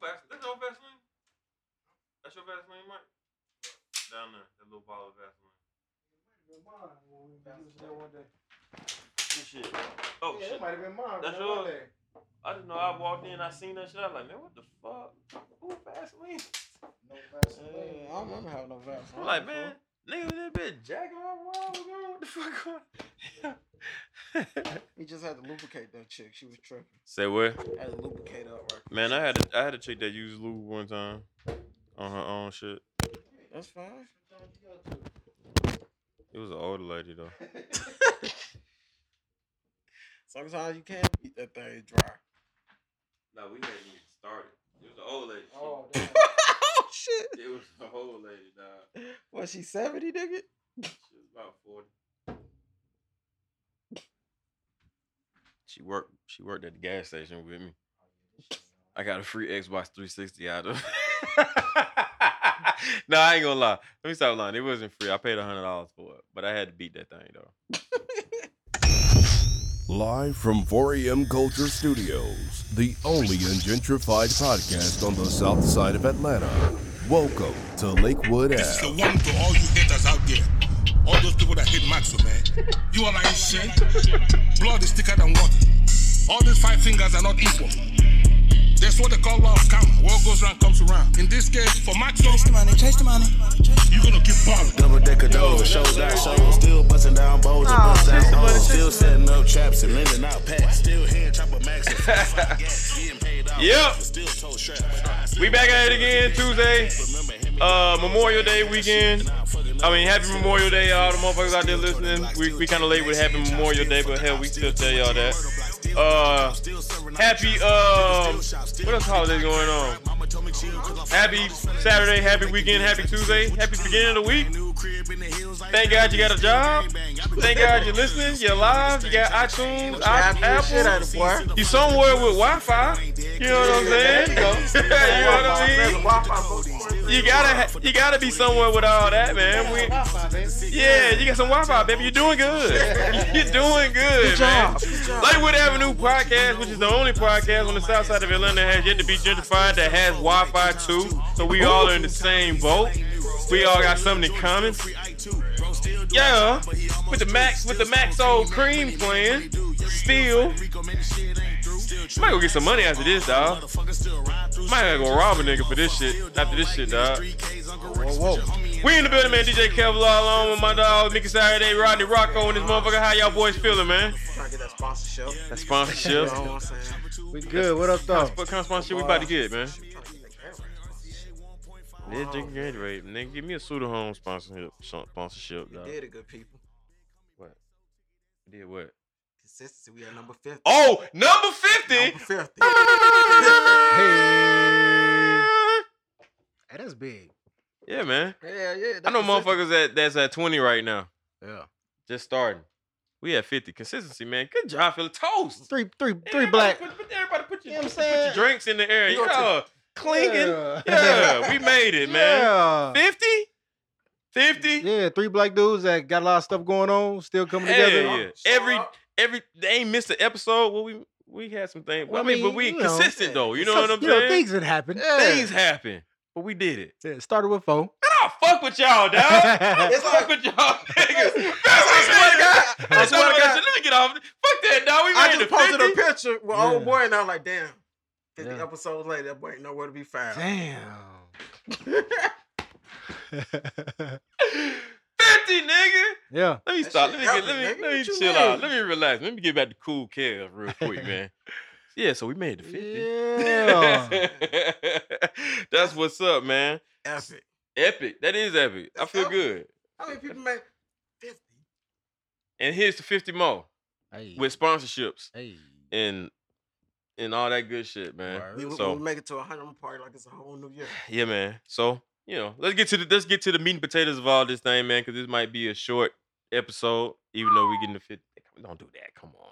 Vaseline. That's your Vaseline. That's your Vaseline, Mike. Down there, that little bottle of Vaseline. It might have been mine when we used that one day. This shit. Oh yeah, shit. it might have been mine. That's that one yours? day. I just know I walked in, I seen that shit. I was like, man, what the fuck? Who Vaseline? No Vaseline. I don't remember having no Vaseline. I'm like, man, nigga, this bitch jacking off while ago. What the fuck? going on?" He just had to lubricate that chick. She was tripping. Say what? Had to lubricate up right. Man, I had a, I had a chick that used lube one time on her own shit. That's fine. It was an older lady though. Sometimes you can't beat that thing dry. No, we hadn't even started. It was an old lady. Oh, damn. oh shit. It was an old lady, dog. Was she 70, nigga? She was about forty. She worked. She worked at the gas station with me. I got a free Xbox 360 out of. no, I ain't gonna lie. Let me stop lying. It wasn't free. I paid hundred dollars for it, but I had to beat that thing though. Live from 4AM Culture Studios, the only ungentrified podcast on the south side of Atlanta. Welcome to Lakewood This is the Ave. one for all you haters out there. All those people that hate Maxo, man. You are like shit. Blood is thicker than water. All these five fingers are not equal. That's what they call law of karma. What goes round comes around. In this case, for Maxo, Chase the money, chase the money. you're gonna keep balling. Double decker doors, shows out shows, still busting down bowls and bust out hoes, still setting up traps and lending out packs, still here chopper max and four, five gas, getting paid out, Yep. still toe straps. We back at it again Tuesday, uh, Memorial Day weekend. I mean, happy Memorial Day, all the motherfuckers out there listening. We, we kind of late with happy Memorial Day, but hell, we still tell y'all that. Uh, happy um, what else holiday going on? Happy Saturday, happy weekend, happy Tuesday, happy beginning of the week. Thank God you got a job. Thank God you're listening. You're live. You got iTunes, Driving the shit Apple. out of boy. You somewhere with Wi-Fi. You know what I'm saying? you know what I mean? You gotta, ha- you gotta be somewhere with all that, man. We, yeah, you got some Wi-Fi, baby. You're doing good. You're doing good, man. Lakewood Avenue podcast, which is the only podcast on the south side of Atlanta that has yet to be gentrified that has Wi-Fi too. So we all are in the same boat. We all got something in common. Yeah, with the Max, with the Max Old Cream plan. Still, might go get some money after this, dog. Might gotta go rob a nigga for this shit. After this shit, dog. Whoa, whoa. We in the building, man. DJ Kevlar along with my dog Nicky Saturday, Rodney Rocco, and this motherfucker. How y'all boys feeling, man? Trying to get that sponsorship. That sponsorship, You know what I'm saying? We good. What up, though? what kind of sponsorship we about to get, man? Yeah, Wow. drinking graduate, nigga. Give me a pseudo home sponsorship, sponsorship, We dog. did it, good people. Did what? Consistency, we are number 50. Oh, number fifty. Number 50. Hey, that's big. Yeah, man. Yeah, yeah. I know that's it. motherfuckers that that's at twenty right now, Yeah. just starting. We at fifty consistency, man. Good job, Phil. Toast. Three, three, three Everybody black. Put, put- everybody put your, You know what I'm put your saying? drinks in the air. You gonna Yeah, clinking. Yeah. Yeah, we made it, man. Yeah. 50? 50? Yeah, three black dudes that got a lot of stuff going on, still coming Hell together. yeah. Every every they ain't missed an episode. Well, we we had some things. Well, I Well, I mean, but mean, we you know, consistent though. You know what I'm you know, saying? things that happen. Things happen. But we did it. Yeah, it started with four. I don't fuck with y'all, dog. I don't It's fuck with y'all niggas. I swear to God. I swear to God. Let me get off. Fuck that, dog. We I made just it posted a 50. picture with Yeah. old boy, and I was like, damn. 50 Yeah. episodes later, that boy ain't nowhere to be found. Damn. 50, nigga. yeah. Let me That stop. Let shit me get, let healthy, me, nigga. let me What you chill out. mean? Let me relax. Let me get back to cool Kev real quick, man. Yeah, so we made the 50. Yeah. That's what's up, man. Epic. Epic. That is epic. I That's feel epic. good. How many people made 50? And here's to 50 more hey. with sponsorships hey. and and all that good shit, man. Word. We, we, So- we make it to a 100 party like it's a whole new year. Yeah, man. So, you know, let's get to the let's get to the meat and potatoes of all this thing, man, because this might be a short episode, even though we getting the 50. Don't do that. Come on.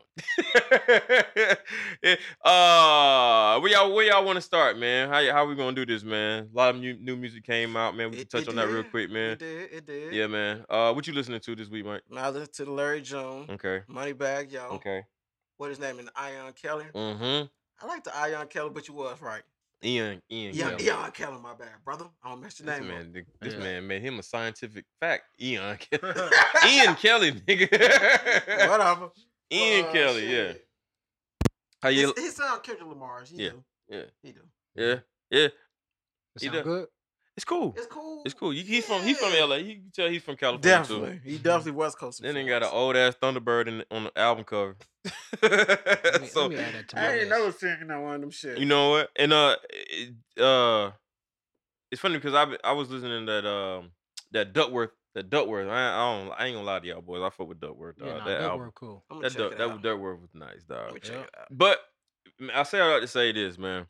Yeah, uh, where y'all where y'all want to start, man? How y- how we gonna do this, man? A lot of new, new music came out, man. We can It- touch it on that real did. quick, man. It did. It did. Yeah, man. Uh, what you listening to this week, Mike? Now listen to the Larry Jones, Okay. Moneybag, y'all. Mm. Okay. What his name is Ion Kelly. Mm-hmm. I like the Ion Kelly, but you was right. Ian, Ian Yeah, Kelly. yeah, Kelly, my bad, brother. I don't mess your This name up. man, th- this Yeah. man made him a scientific fact. Ian, Kelly. Ian Kelly, nigga. Whatever. Ian Oh, Kelly, yeah. How He, you? he sound Kendrick Lamar's. He Yeah, do. yeah. He do. Yeah, yeah. He Sound done- good? It's cool. It's cool. It's cool. You- He's from he's from Yeah. LA. You can tell he's from California too. Mm-hmm. Definitely. He definitely West Coast. Then they got oh, influence. an old ass Thunderbird in, on the album cover. Let me- so let me add that to my I ain't list. never seen no one of them shit. you know what? And uh, it, uh, it's funny because I be- I was listening to that um that Duckworth that Duckworth. I, I don't I ain't gonna lie to y'all boys. I fuck with Duckworth. Dog. Yeah, nah, that that album. worked cool. I'm gonna That check Duck, it that out. Duckworth was nice, I'm dog. gonna check Yeah. it out. But m- I say all that to say this, man,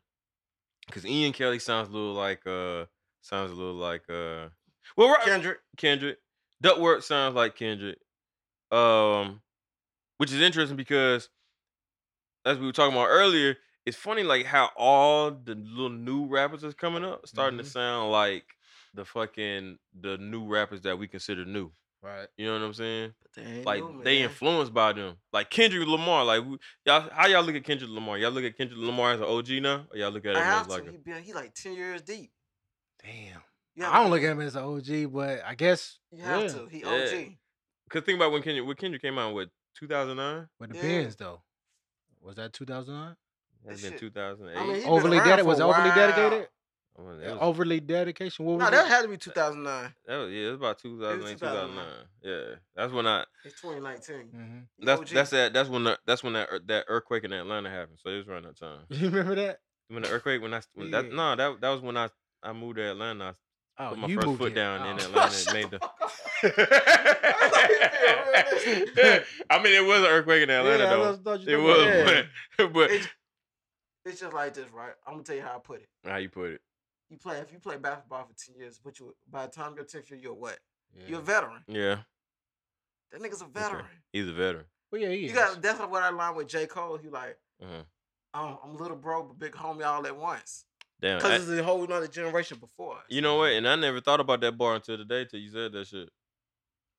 because Ian Kelly sounds a little like uh sounds a little like uh well right, Kendrick. Kendrick. Duckworth sounds like Kendrick. Um, which is interesting because as we were talking about earlier, it's funny like how all the little new rappers that's coming up starting to sound like the fucking the new rappers that we consider new. Right. You know what I'm saying? But they ain't Like new, they man. influenced by them. Like Kendrick Lamar. Like we, y'all, how y'all look at Kendrick Lamar? Y'all look at Kendrick Lamar as an OG now, or y'all look at him I have as to. like a he, been, he like ten years deep. damn? Yeah, I don't look at him as an OG, but I guess You have yeah. to. He Yeah. OG. Cause think about when Kendrick when Kendrick came out with 2009. with the Yeah. Benz though. Was that 2009? That's That been shit- 2008. I mean, he been Overly around dedicated? for Was it a overly while. I dedicated? mean, Oh, Yeah, Oh, oh. that, was, Overly dedication. What was No, it? that had to be 2009. that was- yeah, it was about 2008, 2009. 2009. Yeah, that's when I It's 2019. Mhm. He that's OG. that's that that's when the, that's when that ear- that earthquake in Atlanta happened. So it was around that time. You remember that? When the earthquake, when I s- when that Yeah. no, that that was when I I moved to Atlanta. I Oh, put my you first moved foot it. down in Oh. Atlanta. and Shut made the the fuck up. I mean, it was an earthquake in Atlanta, Yeah, I though. just thought you It thought- was, yeah. but, but It's- It's just like this, right? I'm gonna tell you how I put it. how you put it? You play if you play basketball for 10 years, but you by the time you're 10th year, you're what? You're Yeah. a veteran. Yeah, That nigga's a veteran. he's a veteran. Well, yeah, he You is. got that's what I line with J. Cole. He like, Uh-huh. oh, I'm little bro, but big homie all at once. Damn, Uh, I- Because it's a whole nother generation before us. you know what? And I never thought about that bar until today, till you said that shit.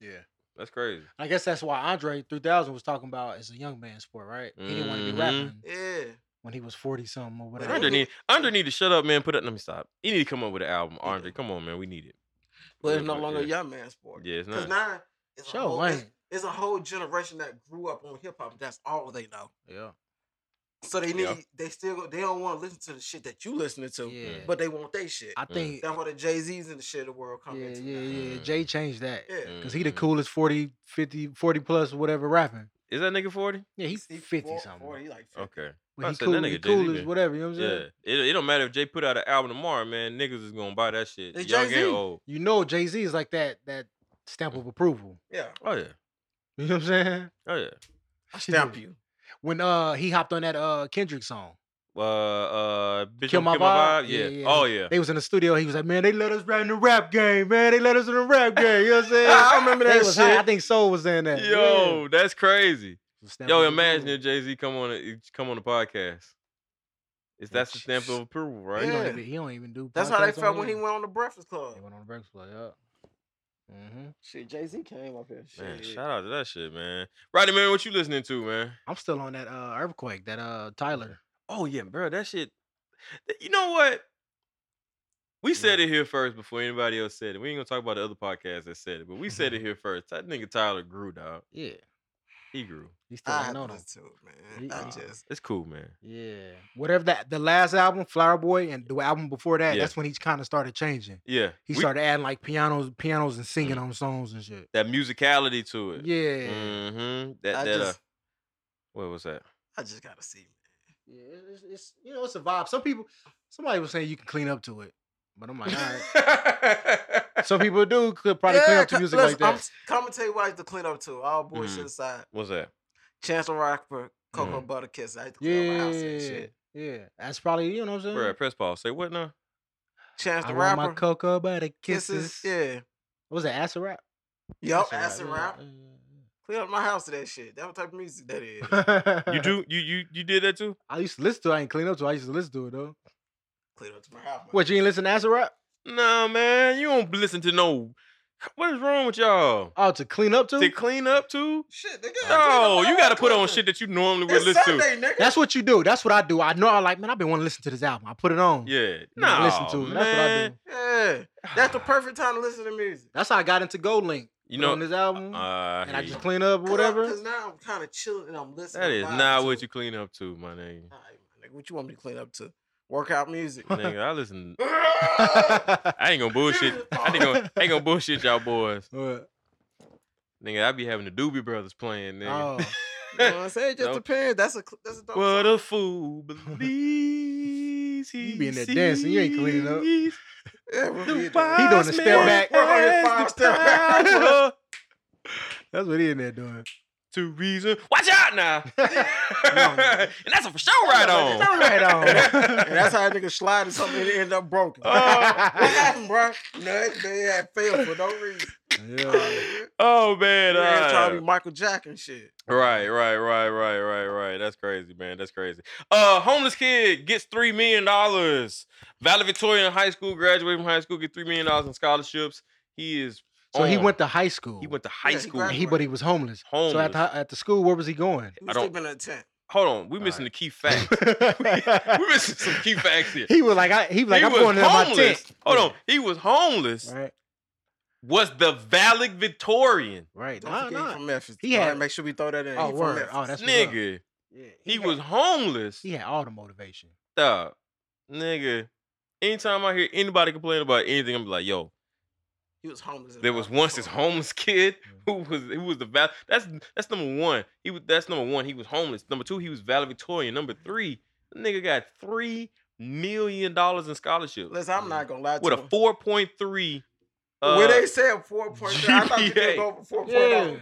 Yeah. That's crazy. I guess that's why Andre 3000 was talking about it's a young man sport, right? He didn't want to be Mhm. rapping Yeah. when he was 40 something or whatever. Andre Andre- need Andre need to shut up, man. Put up. Let me stop. He need to come up with an album. He Andre, do. come on, man. We need it. But Yeah, it's no but- longer yeah. a young man sport. Yeah, it's Because not. now it's a, Show whole, it's, Wayne. it's a whole generation that grew up on hip hop. That's all they know. Yeah. So they need Yeah. they still go- they don't want to listen to the shit that you listening to, Yeah. but they want they shit. I think That's why the Jay Z's and the shit of the world come yeah, into. yeah, now. yeah. Mm. Jay changed that. Yeah. Cause he the Mm. coolest 40, 50, 40 plus whatever rapping. Is that nigga forty? Yeah, he's He 50 four- something. forty, he like 50. Okay. But I he said, that cool, he nigga Jay-Z cool as been- whatever, you know what I'm Yeah. saying? It, it don't matter if Jay put out an album tomorrow, man. Niggas is gonna buy that shit. It's Young Jay-Z. and old. You know Jay Z is like that that stamp of approval. Yeah, Oh yeah. You know what I'm saying? Oh yeah. I Shit. stamp you. When uh he hopped on that uh Kendrick song. Uh, uh, bitch, Kill Don't My Vibe? Yeah. Yeah, yeah. Oh yeah. They was in the studio. He was like, man, they let us rap in the rap game, man. They let us in the rap game. You know what I'm saying? I remember They that was shit. high. I think Soul was in that. Yo, that's crazy. Yeah. Stamp Yo, of imagine approval. if Jay Z come on, a- eh, come on the podcast. Is that's the stamp of jeez. approval, He right? don't Yeah. even, he don't even do. That's how they podcasts on felt when he here. went on the Breakfast Club. He went on the breakfast play. Yeah. Mm-hmm. Shit, Jay Z came up here. Shit. Man, shout out to that shit, man. Roddy, man, what you listening to, man? I'm still on that uh, earthquake. That uh Tyler. Oh yeah, bro, that shit. th- You know what? We said it here first before anybody else said it. We ain't gonna talk about the other podcasts that said it, but we said it here first. That nigga Tyler grew, dog. Yeah. He grew. He still don't I had to know them. listen to it, He- man. I uh, just It's cool, man. Yeah. Whatever that the last album, Flower Boy, and the album before that, Yeah. that's when he kind of started changing. Yeah, He we- started adding like pianos, pianos, and singing Mm. on songs and shit. that musicality to it. Yeah. Mm-hmm. That I that. uh, just what was that? I just gotta see. Yeah, it's, it's you know it's a vibe. Some people, somebody was saying you can clean up to it, but I'm like, all right. Some people do could probably clean up to co- music listen, like I'm that. commentate wise to clean up to all Mhm. bullshit aside. What's that? Chancellor Rockford, Cocoa Butter Kiss. I had to clean up my house and Yeah, shit. yeah. That's probably you know what I'm saying. Bro, press pause. Say what now? Chance I the want my Rapper, cocoa butter kisses. Kisses. Yeah. What was that acid rap? Yup, Acid acid rap, rap. yeah, Clean up my house to that shit. That what type of music that is. yeah, yeah. You do you you you did that too? I used to listen to. it. I ain't clean up to. it. I used to listen to it though. clean up to my house. man. What you ain't listen to acid rap? Nah, man. You don't listen to no What is wrong with y'all? Oh, to clean up too. To clean up too? Shit, nigga. No, Oh, you got to put on shit that you normally would It's listen to. Sunday, nigga. That's what you do. That's what I do. I know. I like man. I've been wanting to listen to this album. I put it on. Yeah, You know, nah, listen to it. That's what I man. do. Yeah, that's the perfect time to listen to music. That's how I got into Gold Link. You Put know, on this album, uh, and I just just, clean up or whatever. Because now I'm kind of chilling and I'm listening. that to is vibes not too. what you clean up to, my nigga. All right, my nigga, what you want me to clean up to? Workout music. nigga, I listen. I ain't gonna bullshit. I ain't gonna, I ain't gonna bullshit y'all boys. What? Nigga, I be having the Doobie Brothers playing, nigga. Oh, You know what I'm saying? It just Nope. depends. That's a cl- that's a dope What song. a fool believes he You be in there dancing, you ain't cleaning up. sees. Yeah, we'll be The in there. wise He doing the step man back. Oh, Work on his has five the step back. power that's what he in there doing. to reason. Watch out now. man. and that's a for sure right on. All right, on. And that's how niggas slide and something and end up broken. Oh, what happened, bro? Nothing. They had failed for no reason. yeah. oh man. They had tried uh, to be Michael Jackson shit. Right, right, right, right, right, right. That's crazy, man. That's crazy. Uh, homeless kid gets three million dollars. Valedictorian high school, graduated from high school, get three million dollars in scholarships. He is. So he on. went to high school. Oh. He went to high Yeah, he school. And Oh. he, but he was homeless. homeless. So at the, at the school, where was he going? I He was don't- sleeping in a tent. Hold on, we missing the key facts. we missing some key facts here. He was like, I, he was like, he I'm was going to my homeless. tent. Hold on, he was homeless. Right, Was the valedictorian right. Don't Nah, forget he nah. from Memphis. He Go ahead had- and make sure we throw that in. Oh, he from word. Memphis. Oh, that's what's up. nigga? Yeah, He had- was homeless. He had all the motivation. Stop, nigga. Anytime I hear anybody complain about anything, I'm like, yo, he was homeless. in There was Memphis. once this homeless kid who Mm. was who was the val- that's that's number one. He was that's number one. He was homeless. Number two, he was valedictorian. Number three, the nigga got three million dollars in scholarships Listen, I'm not gonna lie to with you. a four point three. Uh, when they said four point three, I thought you GPA. could go over four Yeah. point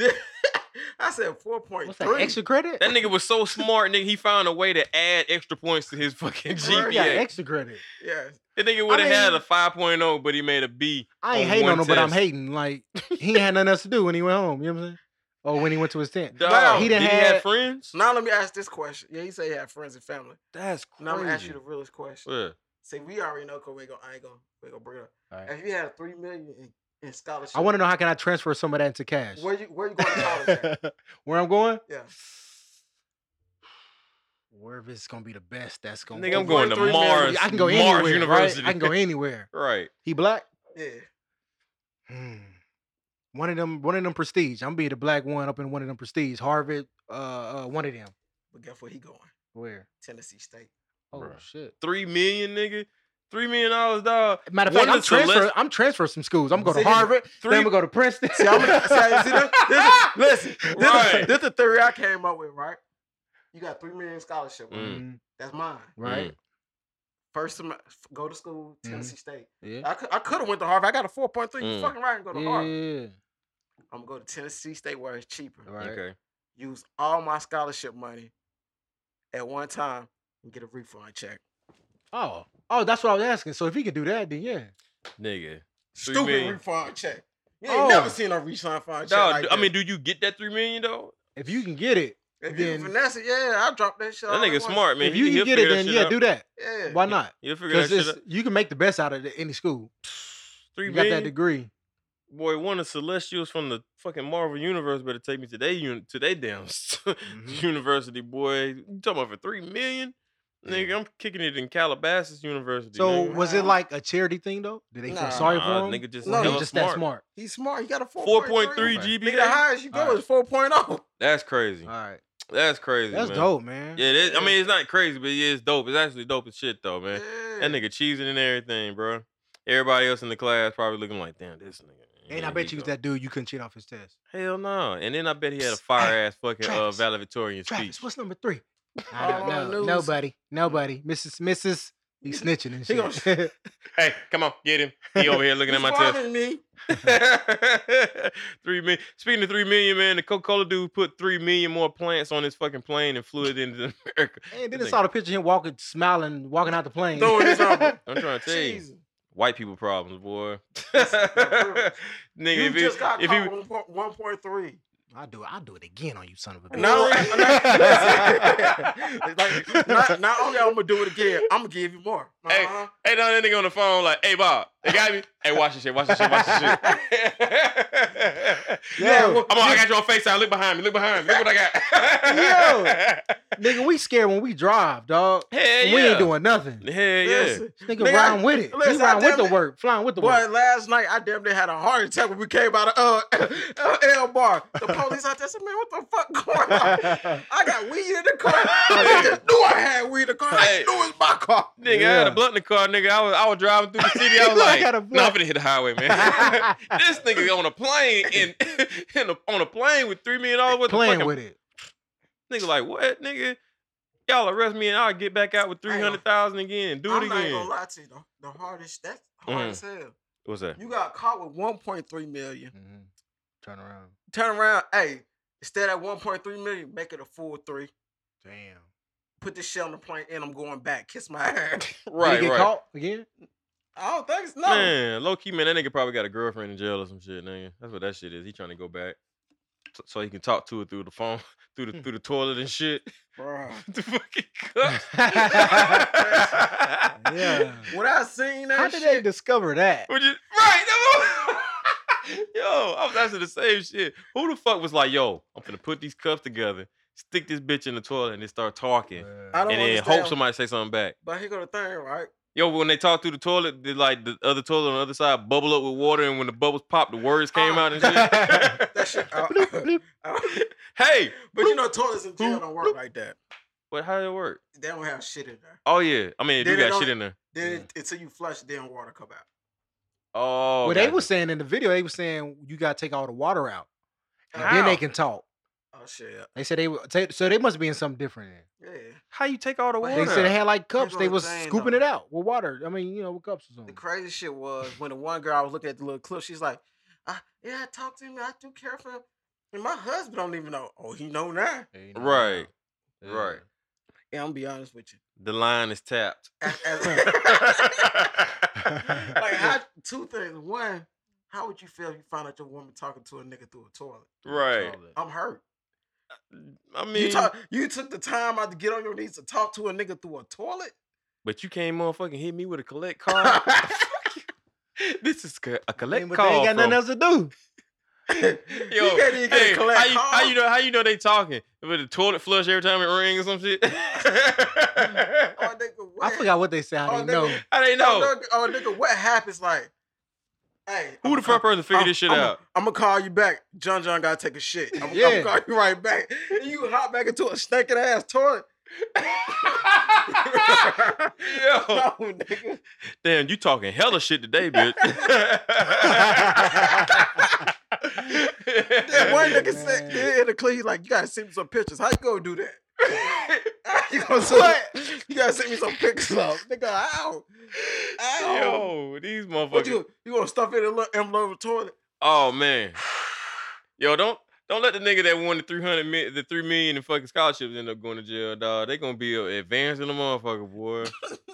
oh. I said four point What's that? three. Extra credit? that nigga was so smart, nigga. He found a way to add extra points to his fucking Bro, he got GPA. extra credit. Yeah, That nigga would have mean- had a 5.0, but he made a B. I ain't on hating on him, one but I'm test. hating. Like he ain't had nothing else to do when he went home. You know what I'm saying? Or when he went to his tent. Dog, Wow, he he did done he have had- friends? Now let me ask this question. Yeah, you say you had friends and family. That's crazy. Now I'm gonna ask you the realest question. What? See, we already know because we gonna I ain't gonna we gonna bring it up. Alright. If you had three million in, in scholarship, I want to know how can I transfer some of that into cash. where you where you going to college? at? Where I'm going? Yeah, Wherever it's gonna be the best. That's gonna. Nigga, I'm work. going to 4.3 million. Mars. I can go Mars anywhere. University. Right? I can go anywhere. right. He black? yeah. Hmm. One of them. One of them prestige. I'm be the black one up in one of them prestige. Harvard. Uh, uh one of them. But guess where he going? Where? Tennessee State. Oh Bruh. shit. three million, nigga. Three million dollars, dog. Matter of fact, One I'm is the less- transfer. I'm transfer some schools. I'm going See, to Harvard. Three. Then we go to Princeton. See, I'm gonna, see, I- see, this, this is- listen, this, Right. is, this the theory I came up with, right? You got three million scholarship. right? Mm. Mhm. That's mine. Right. First semester, go to school, Tennessee State. Mm-hmm. Yeah. I could, I could have went to Harvard. I got a four point three. Mm. You fucking right and go to Harvard. Yeah. I'm gonna go to Tennessee State where it's cheaper. Right. Okay. Use all my scholarship money at one time and get a refund check. Oh. Oh, that's what I was asking. So if he can do that, then yeah. Nigga. Three Stupid million. refund check. You ain't Oh. never seen a refund check. Dog, like I that. mean, do you get that three million though? If you can get it, if you then- can finesse it, yeah, I drop that shit. That all at nigga once. smart, man. if He- you he'll can get figure it, that then shit yeah, out. do that. Yeah. Why not? He'll figure that Because shit out. you can make the best out of the- any school. Three You got that million. degree. Boy, one of Celestials from the fucking Marvel universe better take me to their uni- to their damn s- Mm-hmm. university, boy. You talking about for three million? Nigga, I'm kicking it in Calabasas University. So nigga. was it like a charity thing though? Did they Nah. feel sorry Nah, for him? nigga just Or he hella just that smart. smart. He's smart. He got a 4.3. 4.3 Okay. GPA? Nigga, the highest you go Alright. is oh. 4.0. That's crazy. All right, That's crazy. that's man. dope, man. Yeah, it is, I mean it's not crazy, but it is dope. It's actually dope as shit though, man. That nigga cheesing and everything, bro. Everybody else in the class probably looking like, damn, this nigga. And I Here bet he you was go. that dude you couldn't cheat off his test. Hell no. And then I bet he had a Psst, fire hey, ass fucking uh, Travis. valedictorian Travis, speech. what's number three? Mm. I All on don't the know. news. Nobody, nobody. Mrs. Mrs. He's snitching and He gonna shit. Hey, come on, get him. He over here looking at my test. me. three million. Speaking of three million, man, the Coca Cola dude put three million more plants on his fucking plane and flew it into America. and then This I saw the picture of him walking, smiling, walking out the plane. Throwing his elbow. I'm trying to tell you, Jesus. white people problems, boy. Nigga, Nigga, You if he, just got if caught he, with 1.3. I do it. I do it again on you, son of a bitch. Not only, not, like, not, not only I'm gonna do it again, I'm gonna give you more. Hey. Uh-huh. Hey, now that nigga on the phone, like, hey Bob, they got me. Hey, watch this shit. Watch this shit. Watch this shit. Yeah, I'm on, I got you on FaceTime. Look behind me. Look behind me. Look what I got. nigga, we scared when we drive, dog. Yo. Hell yeah. we ain't doing nothing. Hell yeah. Listen, This nigga Nigga, riding I- with it. listen, He I riding with damn the near- work, flying with the Boy, work. last night I damn near had a heart attack when we came out of uh, uh L bar. The police out there said, "Man, what the fuck going on?" I got weed in the car. I just knew I had weed in the car. Hey. I knew it was my car. Nigga, I had Yeah. a blunt in the car, nigga. I was I was driving through the city. I was Look, I like, got a nah, I'm blunt." finna hit the highway, man. this nigga on a plane in, in a, on a plane with three million dollars worth Playing of fucking, with it. Nigga, like what, nigga? Y'all arrest me and I'll get back out with Hang on. three hundred thousand again. Do I'm it not again. gonna lie to you. The, the hardest that's hard Mm. as hell. What's that? You got caught with 1.3 million. Mm-hmm. Turn around. Turn around, hey, instead of 1.3 million, make it a full three. Damn. Put this shit on the plane and I'm going back. Kiss my ass. Did Right, he get right. caught again? I don't think so. No. Man, low key, man, that nigga probably got a girlfriend in jail or some shit, nigga. That's what that shit is. He trying to go back so, so he can talk to her through the phone, through Hmm. the through the toilet and shit. Bruh. the fucking cups. Yeah. When I seen that How did shit, they discover that? Would you right? that was- yo, I was asking the same shit. Who the fuck was like, yo, I'm gonna put these cups together, stick this bitch in the toilet, and then start talking, I don't and then understand. hope somebody say something back. But here go the thing, right? Yo, when they talk through the toilet, did like the other toilet on the other side bubble up with water, and when the bubbles pop, the words came out and shit. That shit. I- I- hey, but you know, toilets in jail Bloop, don't work bloop. like that. what? How did it work? They don't have shit in there. Oh yeah, I mean, it do Then they got don't- shit in there. Then until you flush, then water come out. Oh, well, they gotcha. were saying in the video, they were saying you gotta take all the water out, and then How? they can talk. Oh shit. They said they were ta- so they must be in something different. Then. Yeah. how you take all the But water? They said they had like cups. go They the was thing, scooping though. it out with water. I mean, you know, with cups or The something. crazy shit was when the one girl I was looking at the little clip, she's like, I, yeah, I talked to him, I do care for him. And my husband don't even know. Oh, he know now. Right, right. Yeah, I'm gonna be honest with you. The line is tapped. As- as- like right. how two things. One, how would you feel if you found out your woman talking to a nigga through a toilet? I'm hurt. I mean, you talk, you took the time out to get on your knees to talk to a nigga through a toilet? but you can't motherfucking hit me with a collect call. this is co- a I mean, collect but they call. ain't got nothing from- else to do. Yo, you can't even get hey, a collect how you, call. how you know? How you know they talking? With a toilet flush every time it rings or some shit. Oh, I nigga, I what- forgot what they said. How Oh, they know? nigga, didn't know. Oh, nigga, oh, nigga, what happens? Like, hey, Who the first person to figure this shit out? I'm gonna call you back. John John gotta take a shit. I'm, Yeah. gonna call you right back. And you hop back into a stinking ass toilet. Yo, No, nigga. damn, you talking hella shit today, bitch. That one nigga Man. said yeah, in the clip, he's like, you gotta send me some pictures. How you gonna do that? you gonna send What? you gotta send me some pictures of nigga. Ow, ow. Yo, these what motherfuckers. you you gonna stuff it in a little envelope of toilet? Oh man, yo, don't don't let the nigga that won the three hundred mi- the three million in fucking scholarships end up going to jail, dog. They gonna be a- advancing the motherfucker, boy.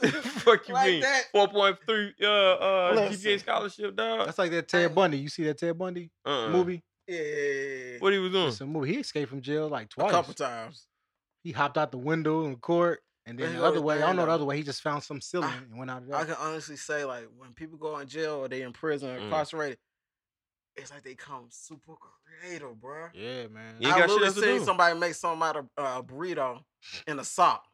Fuck you Like mean? that. Four point three uh uh Listen. GPA scholarship, dog. That's like that Ted Bundy. You see that Ted Bundy Uh-uh. movie? Yeah, yeah, yeah. What he was doing? It's a movie. He escaped from jail like a twice. couple times. He hopped out the window in court, and then That's the other way. I don't understandable. know the other way. He just found some ceiling and went out of I there. can honestly say, like, when people go in jail or they in prison or Mm. incarcerated, it's like they come super creative, bro. Yeah, man. You ain't I got shit literally else to seen do. somebody make something out of uh, a burrito in a sock.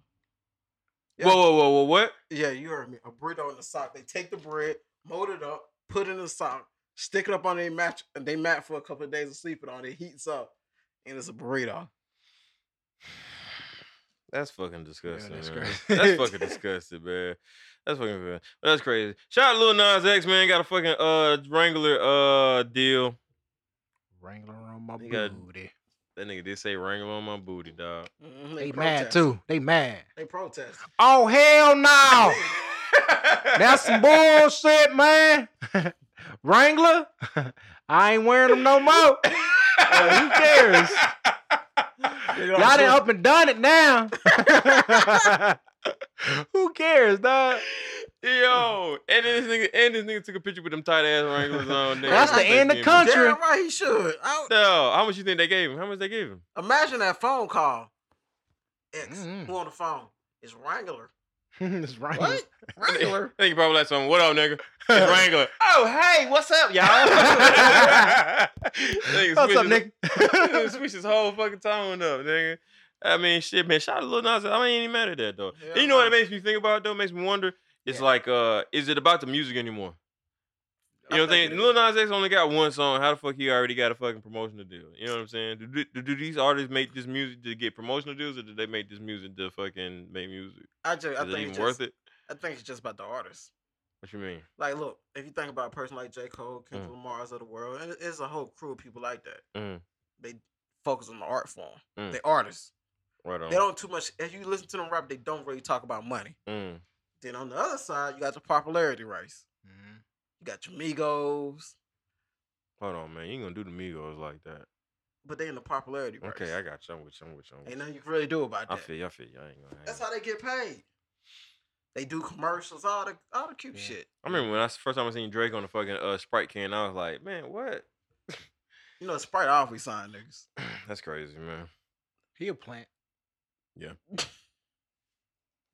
Yeah, Whoa, whoa, whoa, whoa, what? yeah, you heard me. A burrito in a sock. They take the bread, mold it up, put it in a sock, stick it up on their mat, they mat for a couple of days of sleeping on. It heats up, and it's a burrito. That's fucking disgusting. that's man. crazy. That's fucking disgusting, man. That's fucking man. That's crazy. Shout out Lil Nas X, man. Got a fucking uh Wrangler uh deal. Wrangling on my They got- booty. That nigga did say Wrangler on my booty, dog. Mhm, They mad protest. too. They mad. They protest. Oh hell no! That's some bullshit, man. Wrangler, I ain't wearing them no more. Uh, who cares? Y'all done up and done it now. who cares, dog? Yo, and then this nigga and this nigga took a picture with them tight ass Wranglers on. nigga. That's the Fuck end him. of country. Damn right, he should. I, So, how much you think they gave him? How much they gave him? Imagine that phone call. X, Mhm. Mm-hmm. who on the phone? It's Wrangler. it's Wrangler. What? Regular? I think you probably like something. What up, nigga? It's Wrangler. Oh, hey, what's up, Nigga What's up, switches- Nick? nigga switch his whole fucking tone up, nigga. I mean, shit, man. Shout out to Lil Nas. I ain't even mad at that though. Yeah, And you know what no. it makes me think about though? Makes me wonder. It's Yeah. like, uh, is it about the music anymore? You I know what I'm think saying? it Lil is. Nas X only got one song. How the fuck he already got a fucking promotional deal? You know what I'm saying? Do, do, do these artists make this music to get promotional deals, or do they make this music to fucking make music? I, ju- Is I it think even it's worth just, it? I think it's just about the artist. What you mean? Like, look, if you think about a person like J. Cole, Kendrick Mm. Lamar's of the world, and it- it's a whole crew of people like that. Mm. They focus on the art form. Mm. Oh. They artists. Right on. They don't too much. If you listen to them rap, they don't really talk about money. Mm. Then on the other side, you got the popularity race. Mm-hmm. You got your Migos, Hold on, man. You ain't gonna do the Migos like that. but they in the popularity race. Okay, I got you. I'm with you. I'm with you. I'm with Ain't you. nothing you can really do about I that. feel you. I feel you. I ain't gonna. I ain't That's how they get paid. They do commercials, all the all the cute Yeah. shit. I remember when I s- first time I seen Drake on the fucking uh, Sprite can, I was like, man, what? You know, Sprite always sign niggas. That's crazy, man. He a plant. Yeah.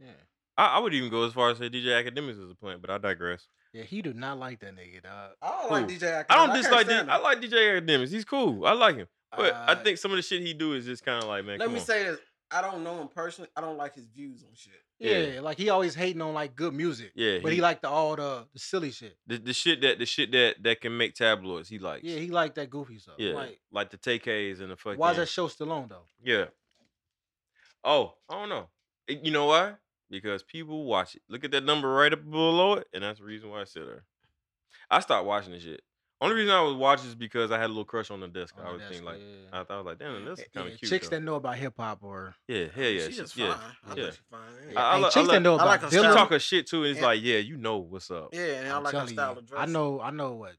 Yeah. I, I would even go as far as say DJ Academics is a plant, but I digress. Yeah, he do not like that nigga, dog. I don't like Who? DJ. Academics. I don't can't dislike. stand D- I him. like DJ Academics. He's cool. I like him, but I Uh, think some of the shit he do is just kind of like, man. Let come me on. say this. I don't know him personally. I don't like his views on shit. Yeah, yeah. like he always hating on like good music. Yeah, But he, he- liked the, all the, the silly shit. the, the shit that the shit that that can make tabloids. He likes. Yeah, he liked that goofy stuff. yeah, like, Like, the TKs and the fucking. why is that show still on though? Yeah. Oh, I don't know. Eh, You know why? Because people watch it. Look at that number right up below it, and that's the reason why I sit there. I stopped watching this shit. Only reason I was watching is because I had a little crush on the desk. On I the was desk, thinking like, yeah. I thought I was like, damn, this is Yeah, kind of cute. chicks though. that know about hip hop or yeah, hell yeah, She's shit, just fine. yeah. I yeah. think she's fine. I- I Hey, like- chicks that like- know I about like her She style. Dilla. talk her shit too. And it's Yeah. like, yeah, you know what's up. Yeah, and I I'm like her telling style you, of dress. I know, I know what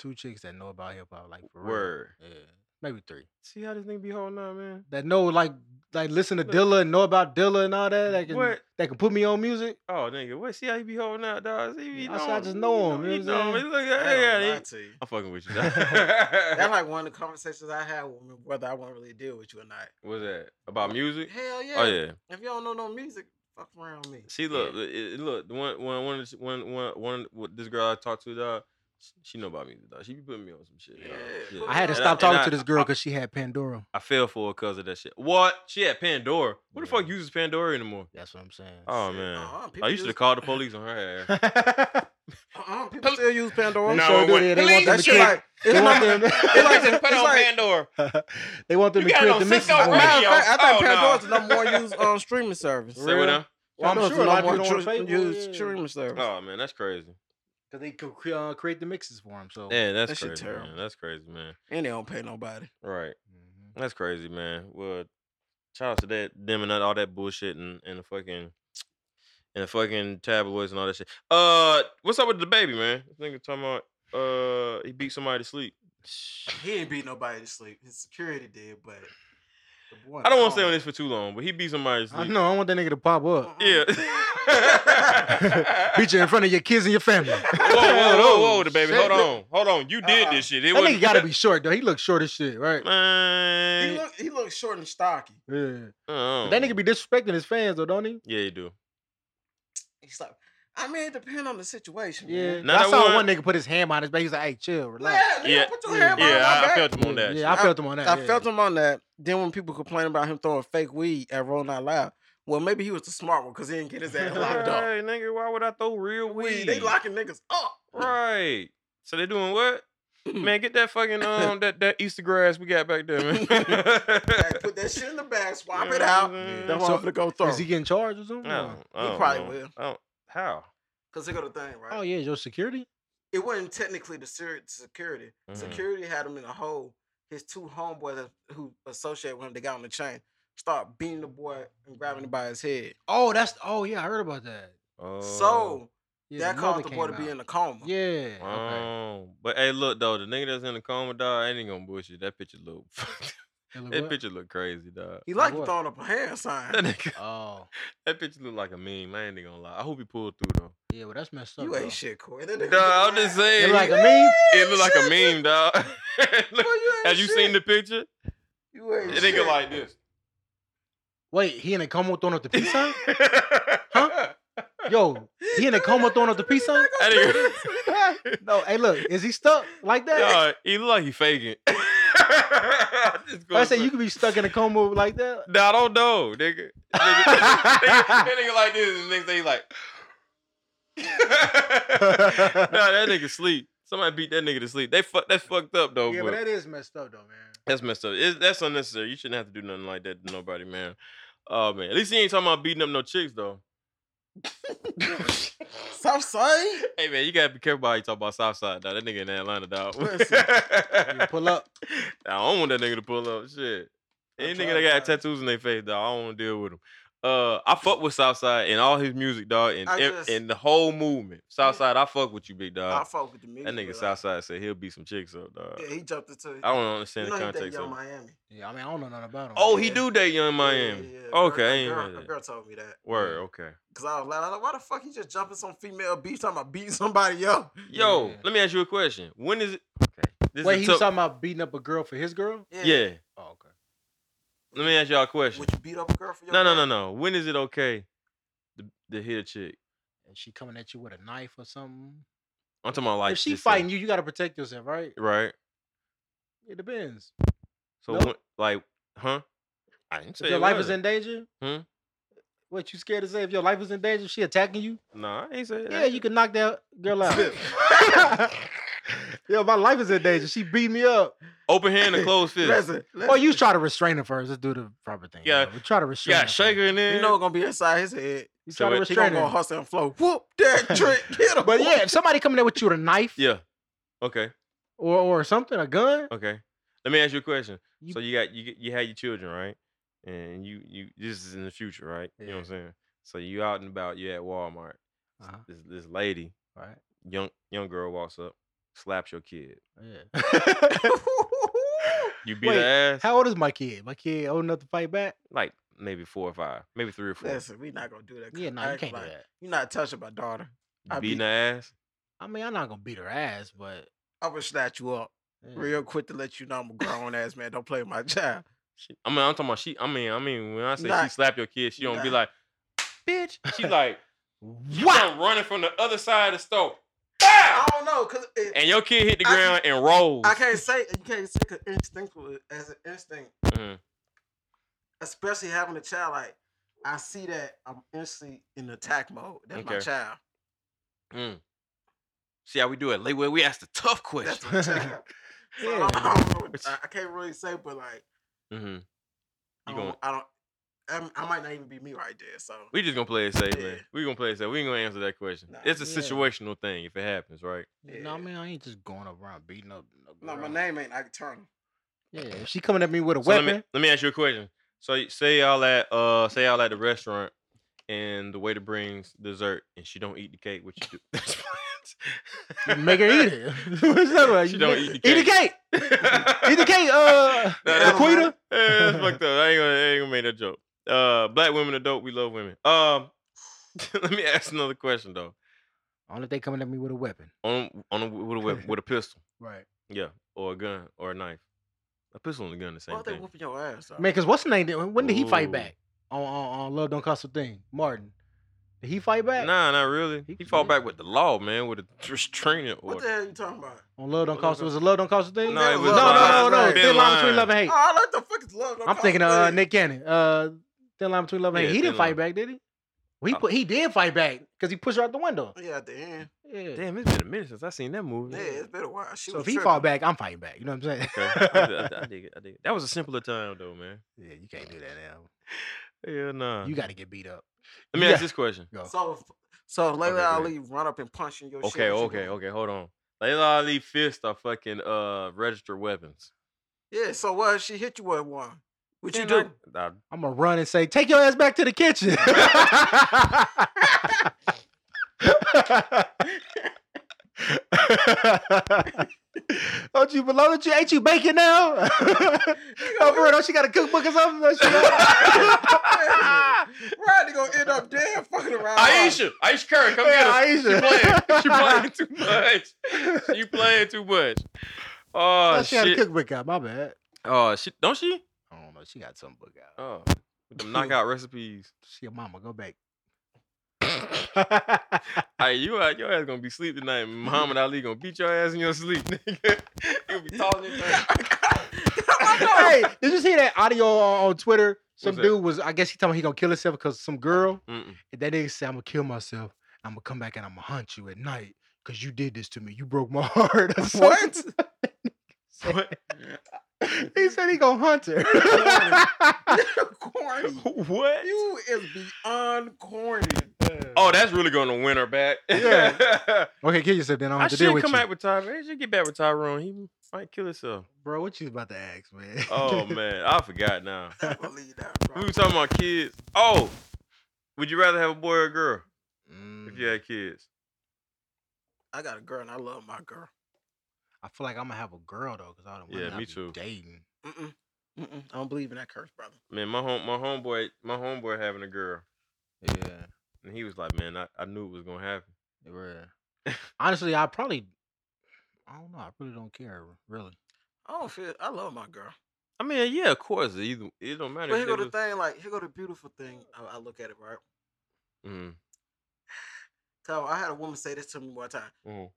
two chicks that know about hip hop, like for Word. real. Yeah, maybe three See how this thing be holding up, man. that know like like listen to Look. Dilla and know about Dilla and all that. That can What? that can put me on music. Oh nigga, what? See how he be holding out, dog. See, he Yeah, I said I just he know him, he you know what I'm know him. saying? Look at- I ain't yeah, gonna lie he- to you. I'm fucking with you. That's dog. like one of the conversations I had with women, whether I want to really deal with you or not. What's that about music? Hell yeah. Oh yeah. If you don't know no music, fuck around with me. See, look, look, it- it- look. the One, one, one, of the- one, one, one. What this girl I talked to, dog, sh- she know about me, dog. She be putting me on some shit. dog. Yeah. Yeah. I had to And stop and talking I- uh, to this girl because she had Pandora. I fell for her cause of that shit. What? She had Pandora. Who the fuck Yeah. uses Pandora anymore? That's what I'm saying. Oh Shit, man, uh-uh, I people used to use- call the police on her ass. Uh-uh, people still use Pandora. No, sure it went- do. They want them that to shit create. like They it's want like them. it's like the- it's like- Pandora. They want them to create the mixes. for me. Matter of fact, I think Oh, no. Pandora's the number one used um, streaming service. Say what now? Well, I'm Pandora's the sure a lot of number people one don't streaming- use yeah. streaming service. Oh man, that's crazy. Cause they could cre- uh, create the mixes for him. So Yeah, that's Oh, That shit crazy. terrible. Man. That's crazy, man. And they don't pay nobody. Right. Mhm. That's crazy, man. Well, shout out to that them and that- all that bullshit and, and the fucking and the fucking tabloids and all that shit. Uh, what's up with the baby, man? I think talking about uh he beat somebody to sleep. He ain't beat nobody to sleep. His security did, but the boy I don't want to stay calm. on this for too long, but he beat somebody to Oh. I sleep. know. I want that nigga to pop up. Yeah. Uh-uh. Beat you in front of your kids and your family. whoa, whoa, whoa, whoa, the baby. Shit. Hold on, hold on. You did Uh-uh. this shit. It That wasn't- nigga gotta be short though. He looks short as shit, right? man. He look, he look short and stocky. Yeah. uh-uh. But That nigga be disrespecting his fans though, don't he? Yeah, you do. He's like, I mean, it depends on the situation. Yeah. Man. Now I that saw one- one, nigga put his hand on his back. He's like, "Hey, chill, relax." Yeah, Yeah, yeah, put your yeah, hand yeah, behind my I, I back. felt him on yeah, that. yeah, I shit. felt him on that. I felt him on that. Then when people complained about him throwing fake weed at Rolling Out Loud, well, maybe he was the smart one because he didn't get his ass locked up. Hey, nigga, why would I throw real Weed, weed? they locking niggas up. Right. So they doing what? Man, get that fucking um that that Easter grass we got back there, man. Like, put that shit in the bag, swap You it know out. what I'm saying? That So, motherfucker go throw. Is he getting charged or something? I don't- I He don't probably know. will. I don't- how? Because here go the thing, right? Oh yeah, your security. It wasn't technically the ser- security. Mhm. Security had him in a hole. His two homeboys that- who associate with him, they got on the chain, start beating the boy and grabbing him by his head. Oh, that's. Oh yeah, I heard about that. Oh. So Yeah, that mother caused the boy came to be out. in a coma. Yeah. okay. Oh, but hey, look though, the nigga that's in the coma, dog, I ain't gonna bullshit. That picture look, Hella that what? picture look crazy, dog. He like What? throwing up a hand That sign. nigga, Oh that picture look like a meme. I ain't even gonna lie. I hope he pulled through yeah, well that's messed up. You though. ain't shit, Corey. That though. nigga Dog, I'm wild. just It saying, look like a meme. it look like a meme, dog. Boy, Look, have ain't you shit. seen the picture? You ain't It shit. nigga like this. Wait, he in a coma throwing up the peace sign? huh? Yo, he in a coma throwing up the peace song? That nigga, no, hey, look, is he stuck like that? Nah, he look like he faking. Just go I said to- you could be stuck in a coma like that. Nah, I don't know, nigga. Nigga, nigga, that nigga like this, and the next day he like. nah, that nigga sleep. Somebody beat that nigga to sleep. They fuck. That's fucked up though. yeah, but but that is messed up though, man. that's messed up. It's, that's unnecessary. You shouldn't have to do nothing like that to nobody, man. Oh man. At least he ain't talking about beating up no chicks though. Stop saying. Hey man, you gotta be careful how you talk about Southside. Dog. That nigga in Atlanta, dog. Listen, You pull up. Nah, I don't want that nigga to pull up. Shit. I Any tried, nigga that got dog. tattoos in their face, dog, I don't want to deal with him. Uh, I fuck with Southside and all his music, dog, and I ev- just- and the whole movement. Southside, I fuck with you, big I dog. fuck with the music. Uh, That nigga but I- Southside said he'll beat some chicks up, dog. Yeah, he jumped into. it. I don't understand you the know he date context Young of. it. Miami. Yeah, I mean I don't know nothing about him. Oh, he Yeah. do date Young Miami. Yeah, yeah, yeah. Okay, Girl- I a ain't girl, heard a that. girl told me that. Mm. Word, okay. Cause I was like, I was like, why the fuck he just jumping some female beat talking about beating somebody up? Yo, Yeah. let me ask you a question. When is it? Okay, this Wait, is he tough- was talking about beating up a girl for his girl? Yeah, Oh, okay. let me ask y'all a question. Would you beat up a girl for your? No, no, girl? no, no. When is it okay to, to hit a chick? And she coming at you with a knife or something. I'm talking about like if she just a- fighting you, you gotta protect yourself, right? right? It depends. So Nope. when- like, huh? I didn't say if your it life is in wasn't. danger, Hmm? what you scared to say? If your life is in danger, she attacking you? Nah, I ain't say that. Yeah, you can knock that girl out. Yo, my life is in danger. She beat me up. open hand and close fist. Listen, Well, Oh, listen. you try to restrain her first. Let's do the proper thing. Yeah. Yeah, try to You restrain. got her. first. shaker in there. you know it's gonna be inside his head. You So try to it- He gonna restrain go her. hustle and flow. Whoop that trick, hit him. But yeah, if somebody coming there with you with a knife yeah. Okay. or or something, a gun, Okay. Let me ask you a question. You- so you got you get- you had your children right, and you you this is in the future right? You know what I'm saying? So you out and about. You at Walmart. Uh-huh. This this lady, right? young young girl walks up, slaps your kid. Yeah. You beat Wait, her ass How old is my kid? My kid old enough to fight back? like maybe four or five, maybe three or four. Listen, we not gonna do that. Yeah, no, you can't do that. You're not touching my daughter. You I beating beat- her ass. I mean, I'm not gonna beat her ass, but I would snatch you up yeah. real quick to let you know I'm a grown ass man. Don't play with my child. She, I mean, I'm talking about she. I mean, I mean, when I say she Nah. slap your kid, she don't be Nah. like, bitch. She like, you Whack! come running from the other side of the store, I don't know, cause it, and your kid hit the I- ground and rolls. I can't say you can't say cause instinct was- as an instinct, Mhm. especially having a child. Like I see that I'm instantly in attack mode. That's my Okay. child. See how we do it. Like, well, we ask the tough That's question. my child. So Yeah. I, don't know, It's- I- I can't really say, but like hmm I You don't, gonna- I don't. I'm, I might not even be me right there. So We just gonna play it safe, man. Yeah. We gonna play it safe. We ain't gonna answer that question. Nah. it's a Yeah. situational thing if it happens, right? No, Yeah. man, I ain't just going around beating up. no, my girl. name ain't Ike Turner. Yeah, if she coming at me with a So let weapon, me let me ask you a question. So y- say y'all at uh say y'all at the restaurant and the waiter brings dessert and she don't eat the cake, what you do? you make her eat it. What's that like? She You don't make- eat the Eat the cake. Eat the cake. Uh, Nah, that's- Laquita. Eh, that's fucked up. I ain't gonna, I ain't gonna make that joke. Uh, black women are dope. We love women. Um, let me ask another question though. Only if they coming at me with a weapon. On on a, with a whip, with a pistol, Right. yeah, or a gun or a knife. A pistol and a gun the same Why they thing. whooping your ass? though? Man, cause what's the name? did- When did he fight Ooh. back? On, on, on Love Don't Cost a Thing. Martin. Did he fight back? Nah, not really. He He fought did. back with the law, man, with a restraining What order. the hell you talking about? On Love Don't Love Cost Don't- was it Love Don't Cost a Thing? No, that it was was uh, no, Love no, no, Don't Cost a no. Thing. Thin line between Thin love and hate. Oh, I like the fuck is love. No I'm thinking Cost uh Thing. Nick Cannon. Uh, Thin line between love and Yeah, hate. He Thin didn't fight Line. back, did he? Well, he Uh. put he did fight back because he pushed her out the window. Oh, Yeah, at the end. Yeah. Damn, it's been a minute since I seen that movie. Yeah, it's been a while. She So if was he tripping. fall back, I'm fighting back. You know what I'm saying? Okay. I, dig- I dig- I dig it. I dig it. That was a simpler time though, man. yeah, you can't do that now. Yeah, nah. You got to get beat up. Let me you ask got- this question. Go. So, if- so if Layla Okay, go ahead. Ali run up and punch in your shit. Okay, what you okay, doing? okay. Hold on. Layla Ali fists are fucking uh registered weapons. Yeah. So what? if She hit you with one. What you Then I- do? I- I'm gonna run and say, "Take your ass back to the kitchen." Don't you below that you ain't you baking now? oh, bro, don't she got a cookbook or something? Don't she got- Rodney gonna end up dead fucking around. Aisha, Aisha Curry, come get us. She playing. She playing too much. You playing too much. Oh Oh, she got a shit. cookbook out. My bad. Oh shit. Don't she? I don't know. She got some book out. Oh, with them knockout recipes. She a mama. Go back. Hey, you out your ass gonna be asleep tonight. Mm-hmm. Muhammad Ali gonna beat your ass in your sleep, nigga. You'll be talking. hey, did you see that audio on, on Twitter? Some What's that? dude was, I guess he told me he gonna kill himself because some girl. Mm-mm. And that nigga said, I'm gonna kill myself. I'm gonna come back and I'm gonna hunt you at night because you did this to me. You broke my heart. or What? something. he said he gonna hunt her. corny. What? You is beyond corny. Oh, that's really gonna win her back. Yeah. okay, kill yourself then. I don't I have to deal should with come you. out with Tyrone. He should get back with Tyrone. He might kill himself. Bro, what you about to ask, man? Oh man, I forgot now. I believe that, bro. We were talking about kids. Oh, would you rather have a boy or a girl if Mm, you had kids? I got a girl and I love my girl. I feel like I'm gonna have a girl though, because all the Yeah, women I me be too. dating. Mm-mm. Mm-mm. I don't believe in that curse, brother. Man, my home, my homeboy, my homeboy having a girl, Yeah. and he was like, "Man, I, I knew it was gonna happen." Honestly, I probably, I don't know. I really don't care, really. I don't feel. I love my girl. I mean, yeah, of course. Either it don't matter. But if here they go the was- thing. Like here go the beautiful thing. I, I look at it right. Mhm, Tell I had a woman say this to me one time. mhm.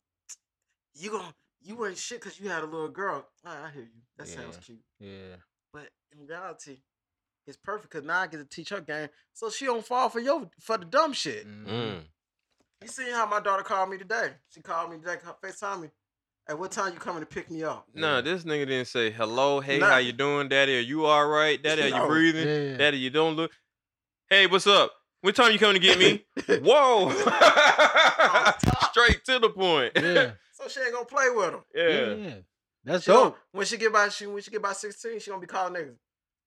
You gon' you ain't shit because you had a little girl. Ah, I hear you. That sounds Yeah. cute. Yeah. But in reality, it's perfect because now I get to teach her game, so she don't fall for your for the dumb shit. Mm. You seen how my daughter called me today? She called me today. FaceTime me. At what time you coming to pick me up? Nah, this nigga didn't say hello. Hey, how Nah. you doing, daddy? Are you all right, daddy? Are you No. breathing, Yeah. daddy? You don't look. Hey, what's up? What time you coming to get me? Whoa! Straight to the point. Yeah. Oh, So she ain't gonna play with him. yeah. yeah. yeah. That's She gon- dope. when she get by, she when she get by sixteen, she gonna be calling niggas.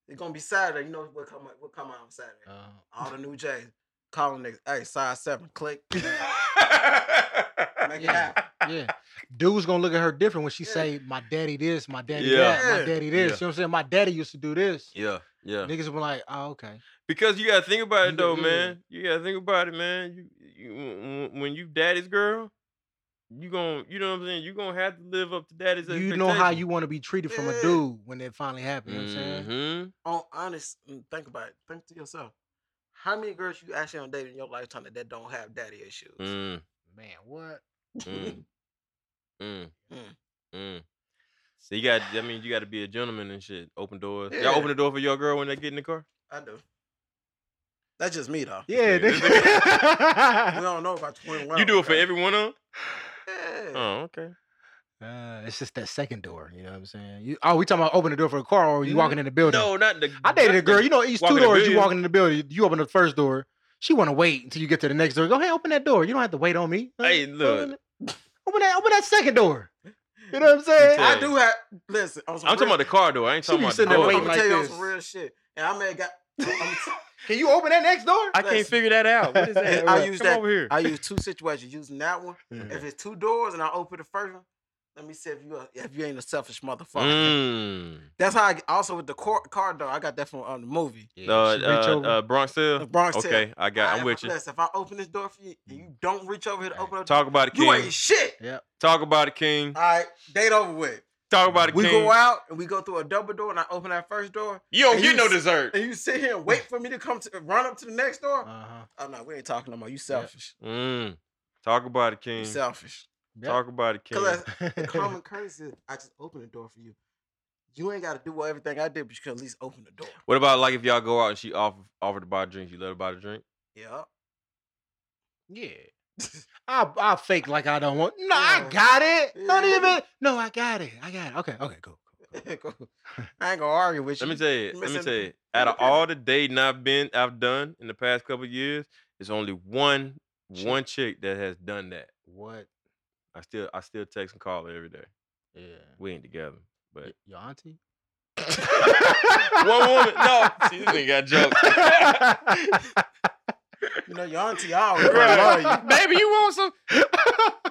It's gonna be Saturday. You know what come out- what come out on Saturday? Oh. Uh, All the new J's calling niggas. Hey, size seven, click. Make it Yeah. happen. yeah. Dude's gonna look at her different when she Yeah. say, "My daddy this, my daddy Yeah. that, my Yeah. daddy this." Yeah. You know what I'm saying? My daddy used to do this. Yeah, yeah. Niggas will be like, "Oh, okay." Because you gotta think about it You though, gotta- man. You gotta think about it, man. You, you when- when you daddy's girl, you gon' you know what I'm saying. You gonna have to live up to daddy's. You know how expectations. you want to be treated from a Yeah. dude when it finally happened. You know what I'm saying? Mhm. On honest, mm, think about it. Think to yourself. How many girls you actually on date in your lifetime that don't have daddy issues? Mm, Man, what? mm, mm, Mm. mm. So you got. I mean, you got to be a gentleman and shit. Open doors. Yeah. Y'all open the door for your girl when they get in the car. I do. That's just me though. Yeah, this We nigga. don't know about twenty one. you do it for every one of Yeah. them. Oh, okay. uh, it's just that second door. You know what I'm saying? You, oh, we talking about opening the door for the car, or you walking in the building? Mm-hmm. No, not the. I dated not a girl. the- You know, each walking two in the doors you building. walking in the building. You open the first door. She want to wait until you get to the next door. Go ahead, open that door. You don't have to wait on me. Like, Hey, look. Open, it- open that. Open that second door. You know what I'm saying? tell I do have listen. On some I'm talking real- about the car door. I ain't She talking be about the sitting there door. I'm waiting gonna like tell you on this. some real shit. And I may have got I'm- Can you open that next door? I can't Listen. figure that out. What is that? I use Come that- over here. Mm. I use two situations. Using that one, Yeah. if it's two doors and I open the first one, let me see if you a, if you ain't a selfish motherfucker. Mm. That's how. I get- also with the car, car door, I got that from um, the movie. Yeah, Uh, she reach uh, over. uh, Bronx The Tale. Bronx Tale. Okay, I got. I- I'm with you. Listen, if I open this door for you and you don't reach over here to Hey, open up, Talk about it, you King. ain't shit. Talk about it, King. All right, date over with. Talk about it, We King. go out and we go through a double door and I open that first door You don't and get you no s- dessert. and you sit here and wait for me to come to run up to the next door. Uh. Uh-huh. oh no, we ain't talking no more. You selfish. Mm. Talk about it, King. You selfish. Talk about it, King. Because the common courtesy is I just open the door for you. You ain't got to do what everything I did, but you can at least open the door. What about like if y'all go out and she offer offered to buy a drink, you let her buy the drink? Yeah. Yeah. I I fake like I don't want. No, I Yeah. got it. Don't Yeah. even. No, I got it. I got it. Okay. Okay. Cool. Cool. I ain't gonna argue with you. Let me tell you. Let me Listen, tell you. Out of independent. all the dating I've been, I've done in the past couple of years, it's only one Chick. one chick that has done that. What? I still I still text and call her every day. Yeah. We ain't together, but Y- Your auntie? one woman. No, see, this nigga got jokes. You know, your auntie always gonna love Baby, you want some?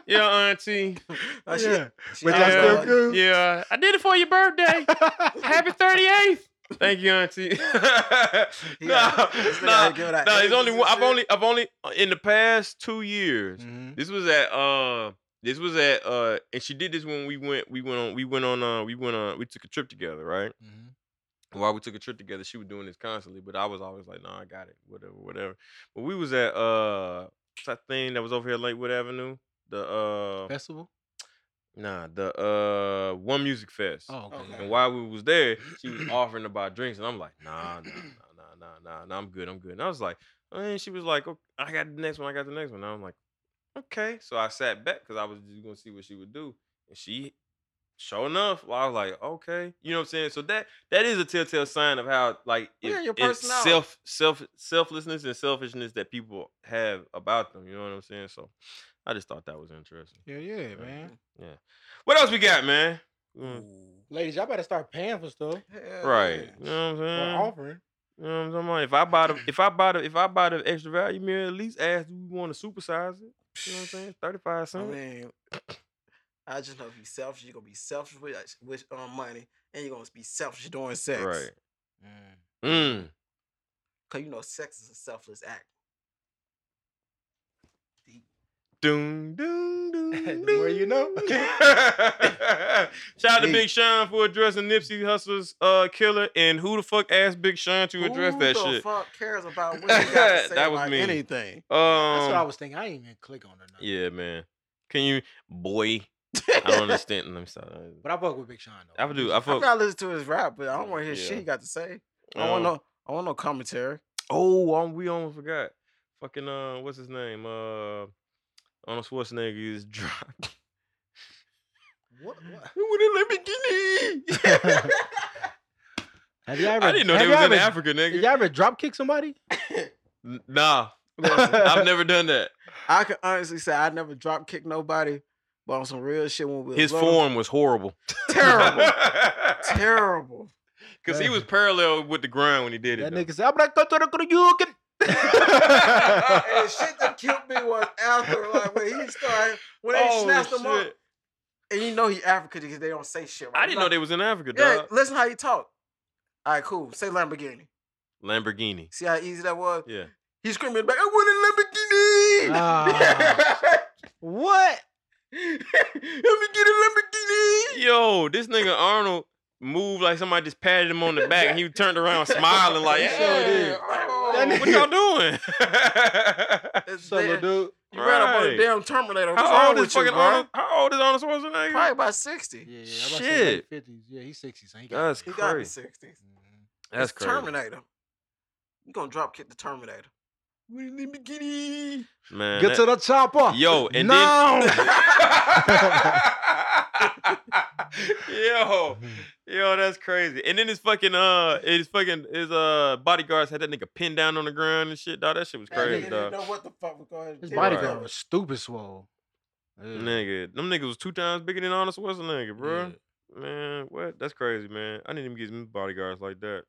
yeah, auntie. you. Uh, she- Yeah. she But Yeah. that's always gonna still love you. cool. Yeah, I did it for your birthday. Happy 38th. Thank you, auntie. no, this nigga no, ain't giving out no. It's ages only and one. I've shit. Mm-hmm. only, I've only in the past two years. Mhm. This was at, uh, this was at, uh, and she did this when we went, we went on, we went on, uh, we went on, we took a trip together, right? Mhm. while we took a trip together, she was doing this constantly, but I was always like, "No, I got it, whatever, whatever." But we was at uh type thing that was over here at Lakewood Avenue? The uh Festival? nah, the uh One Music Fest. Oh, okay. Okay. And while we was there, she was offering to buy drinks, and I'm like, nah, nah, nah, nah, nah, nah, nah I'm good, I'm good. And I was like, and she was like, okay, I got the next one, I got the next one. And I'm like, okay. So I sat back because I was just gonna see what she would do, and she, sure enough, I was like, okay, you know what I'm saying. So that that is a telltale sign of how like Yeah, it- your it's personality. self self selflessness and selfishness that people have about them. You know what I'm saying? So I just thought that was interesting. Yeah, yeah, man. What else we got, man? Mm, Ladies, y'all better start paying for stuff. Hell Right. yeah. You know what I'm Or saying? offering. You know what I'm talking about? If I buy the if I buy the if I buy the extra value meal, at least ask do we want to supersize it? You know what I'm saying? Thirty five I cents. mean, I just know if you selfish, you're gonna be selfish with with um, money, and you're gonna be selfish during sex. Right. Mm. Cause you know sex is a selfless act. Doom doom doom. The more you know. Shout out to Deep. Big Sean for addressing Nipsey Hussle's uh killer, and who the fuck asked Big Sean to address Who that the shit? fuck cares about what you got to say That was about me. anything? That's what I Um, was thinking. I ain't even click on it. yeah, man. Can you, boy? I don't understand. Let me stop. But I fuck with Big Sean though. I would do. I I fuck. gotta listen to his rap, but I don't want to hear shit Yeah. he got to say. I want um, no, I want no commentary. Oh, um, we almost forgot. Fucking uh, what's his name? Uh, Arnold Schwarzenegger is dropped. What, what? Wouldn't let me get in. Have y'all ever? I didn't know have they was y'all in ever- Africa, nigga. Did y'all ever drop kick somebody? N- Nah, Listen, I've never done that. I can honestly say I never drop kick nobody, but on some real shit when we was His little, form was horrible. terrible, terrible. Cause he was parallel with the ground when he did it. That though. nigga said, "I'm like, "Toto, toto, you can." and shit that killed me was after like when he started when they Oh, snatched him up, shit. and you know he African because they don't say shit. Right? I didn't know they was in Africa, Yeah, dog. listen how he talk. All right, cool. Say Lamborghini. Lamborghini. See how easy that was. Yeah. He screaming back, "I want a Lamborghini!" Ah. What? Let me get a Lamborghini. Yo, this nigga Arnold moved like somebody just patted him on the back, and he turned around smiling like, He sure did. "Yeah, Oh, Arnold, what y'all doing?" it's So, little there. dude. You ran up on Right. the damn Terminator. What's How wrong old with is you, fucking bro? Arnold? How old is Arnold Schwarzenegger? Probably about 60. Yeah, yeah. I'm about to say late Shit. 50s. Yeah, he's 60, so he got. Mm-hmm. That's He got to be crazy. 60. That's It's crazy. Terminator. You gonna drop kick the Terminator. We in the beginning. Man, Get to that- the chopper. yo, and no. then yo, yo, that's crazy. And then his fucking uh, his fucking his uh bodyguards had that nigga pinned down on the ground and shit. Dog, that shit was crazy, didn't dog. know what the fuck was going on. His They bodyguard were- was stupid swole. Yeah. Nigga, them niggas was two times bigger than Arnold Schwarzenegger, bro. Man, what? That's crazy, man. I didn't even get me bodyguards like that.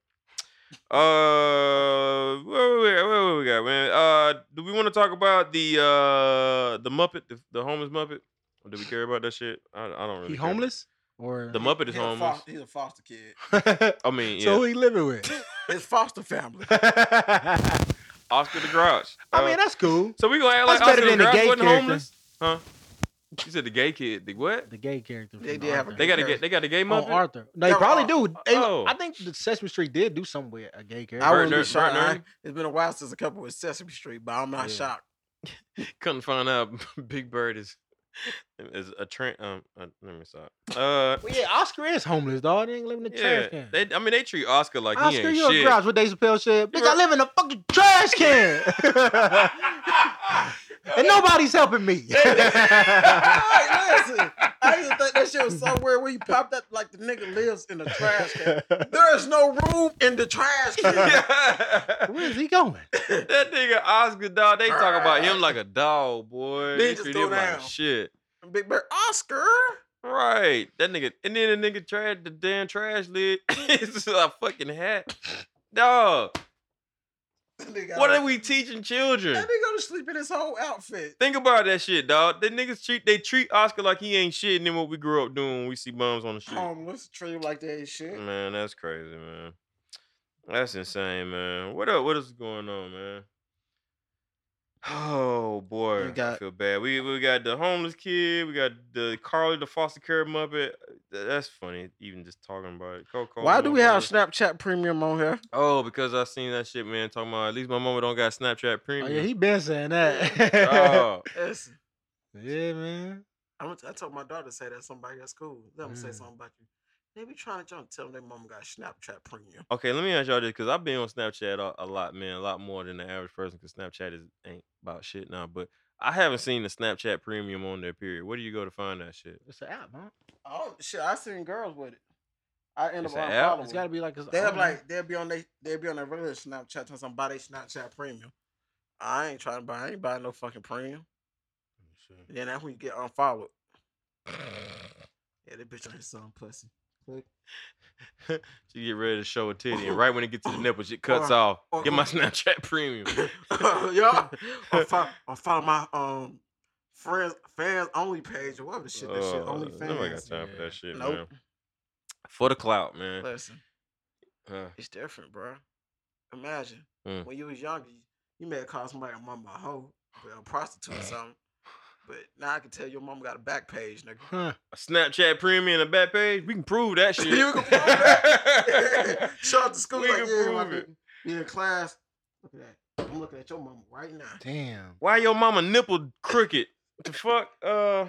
Uh, where we at? where we got, man? Uh, do we want to talk about the uh the Muppet, the, the homeless Muppet? Or do we care about that shit? I, I don't really. He care. homeless or The Muppet is He's a, homeless. foster, he's a foster kid. I mean, yeah. So who he living with? His foster family. I Oscar the Grouch. Uh, mean, that's cool. so we gonna act like that's better Oscar the than the Grouch gay wasn't character. homeless, huh? You said the gay kid. The what? The gay character. They from did have a Arthur. They got to character. get. They got a gay Oh, Muppet. Arthur. No, they Yeah, probably well, do. They- oh. I think the Sesame Street did do something with a gay character. I Bert wouldn't be Nerd- shocked. Bert I- Nerd? It's been a while since a couple with Sesame Street, but I'm not Yeah. shocked. Couldn't find out Big Bird is is a train. Um, uh, let me stop. Uh, well, yeah, Oscar is homeless, dog. They ain't living in the yeah. trash can. They, I mean, they treat Oscar like he Oscar, ain't you a shit. grouch with Dave Chappelle said, Bitch, I Right. live in a fucking trash can. and nobody's helping me. Hey, listen, I used to think that shit was so weird when you popped up like the nigga lives in the trash can. There is no room in the trash can. Where is he going? Oh, that nigga Oscar dog. They talk about him like a dog, boy. They They, just treat throw him like down. shit. Big Bear Oscar. Right. That nigga. And then the nigga trash. The damn trash lid. it's just a fucking hat. Dog. That nigga What got- are we teaching children? That nigga go to sleep in his whole outfit. Think about that shit, dog. The niggas treat they treat Oscar like he ain't shit, and then what we grew up doing when we see bums on the street. Homeless, treat him like that and shit. Man, that's crazy, man. That's insane, man. What up? What is going on, man? Oh boy, We got- I feel bad. We we got the homeless kid. We got the Carly, the foster care muppet. th- that's funny. Even just talking about it. Coco, Why do we have Snapchat Premium on here? Oh, because I seen that shit, man. Talking about at least my mama don't got Snapchat Oh, Premium. yeah, he been saying that. Oh, It's- yeah, man. I'm, I told my daughter to say that somebody that's cool. Let them say Mm. something about you. They be trying to jump. Tell them their mom got Snapchat Premium. okay. Let me ask y'all this, cause I've been on Snapchat a, a lot, man, a lot more than the average person, cause Snapchat is ain't about shit now. But I haven't seen the Snapchat Premium on there. Period. Where do you go to find that shit? It's an app, huh? Oh shit! I seen girls with it. I end It's up an app? unfollowing. It's got to be like it's. They I have don't know. like they'll be on they they'll be on their regular Snapchat telling somebody they Snapchat Premium. I ain't trying to buy. I ain't buying no fucking premium. Then that's when you get unfollowed. yeah, that bitch on his son pussy. You get ready to show a titty, and right when it gets to the nipples, it cuts Or- off. or- Get my Snapchat Premium. yeah, unfollow, unfollow my um friends fans only page or whatever the shit. That shit Oh, only nobody got fans. time for yeah. that shit, man. Nope. For the clout, man. Listen. Uh, It's different, bro. Imagine Mm. when you was younger, you, you may have called somebody a mama a hoe, but a prostitute or something. But now I can tell your mama got a back page, nigga. Huh. a Snapchat Premium and a back page, we can prove that shit. You can prove that. Show up to school We like, can yeah, my prove it." nigga. Be in class. Look at that. I'm looking at your mama right now. Damn. Why your mama nipple crooked? The fuck? Uh,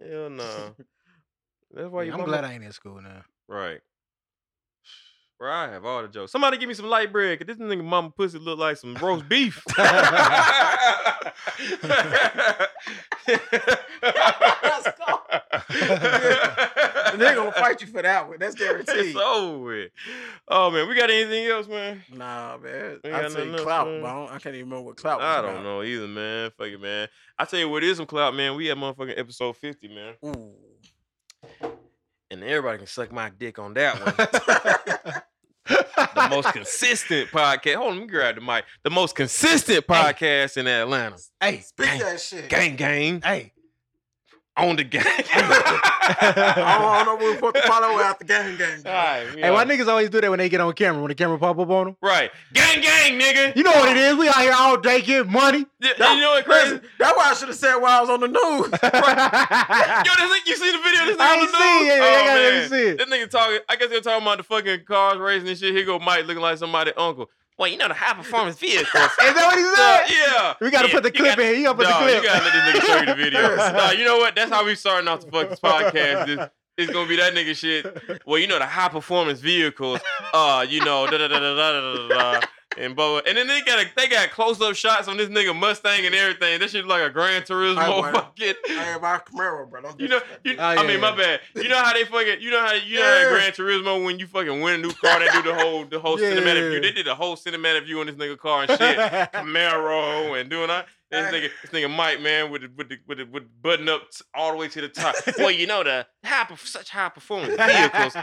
hell no. That's why Yeah, your I'm mama. glad I ain't in school now. Right. Bro, I have all the jokes. Somebody give me some light bread, cause this nigga mama pussy look like some roast beef. Let's go. And they gonna fight you for that one. That's guaranteed. It's over with. Oh man, we got anything else, man? nah, man. We I got say nothing else, clout, man. but I, don't, I can't even remember what clout was I don't about. know either, man. Fuck it, man. I tell you what is some clout, man. We at motherfucking episode fifty, man, Ooh. and everybody can suck my dick on that one. the most consistent podcast. Hold on, let me grab the mic. The most consistent podcast in Atlanta. hey, Speak that shit. Gang, gang, hey, on the gang. Oh, I don't, I don't know what we supposed to follow after gang gang. All right, we hey, why out. niggas always do that when they get on camera? When the camera pop up on them, right, gang, gang, nigga. you know what it is? We out here all day getting money. You, you know what, crazy? Listen, That's why I should have said while I was on the news. Yo, this nigga, you see the video? This nigga I on the ain't seen news? it. I Oh, gotta man. see it. This nigga talking. I guess they're talking about the fucking cars racing and shit. Here go Mike looking like somebody uncle. Well, you know the high performance vehicles. Is that what he Uh, said? yeah. We gotta Yeah, put the you clip gotta- in. You gotta put Dawg, the clip. You gotta let this nigga show you the video. nah, you know what? That's how we starting off the fucking podcast. It's, it's gonna be that nigga shit. Well, you know the high performance vehicles. Uh, you know da da da da da da da. da, And blah, blah. and then they got a, they got close up shots on this nigga Mustang and everything. This shit like a Gran Turismo I- fucking. I am my Camaro, bro. Don't You know, you, Oh, I yeah, mean, my yeah. bad. You know how they fucking, you know how you know how in Gran Turismo when you fucking win a new car, they do the whole the whole Yeah, cinematic yeah, view. yeah. They did a whole cinematic view on this nigga car and shit, Camaro and doing that. This Hey. nigga, this nigga Mike man with the, with the, with the, with the button up t- all the way to the top. well, you know the high perf- such high performance vehicles.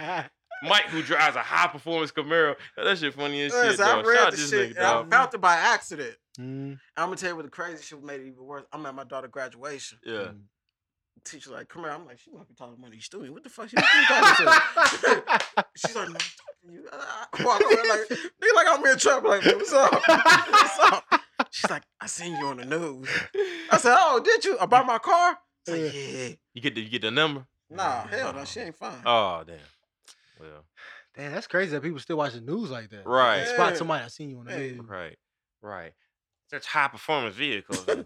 Mike who drives a high performance Camaro. That shit funny as shit. Listen, I dog. Shout out read the this shit. nigga, and I dog. found it by accident. Mm. I'm gonna tell you what the crazy shit made it even worse. I'm at my daughter's graduation. Yeah. Teacher like, come here. I'm like, she must be talking about these students. What the fuck she she talking to? She's like, no, I'm talking to you. I I walk around like, nigga, like I'm in trouble. Like, what's up? What's up? She's like, I seen you on the news. I said, oh, did you about my car? She's like, yeah. You get the you get the number. Nah, hell no, she ain't fine. Oh damn. Well, Damn, that's crazy that people still watch the news like that. Right. Like, Spot Yeah. somebody. I seen you on the Hey. news. Right, right. Such high performance vehicles. man.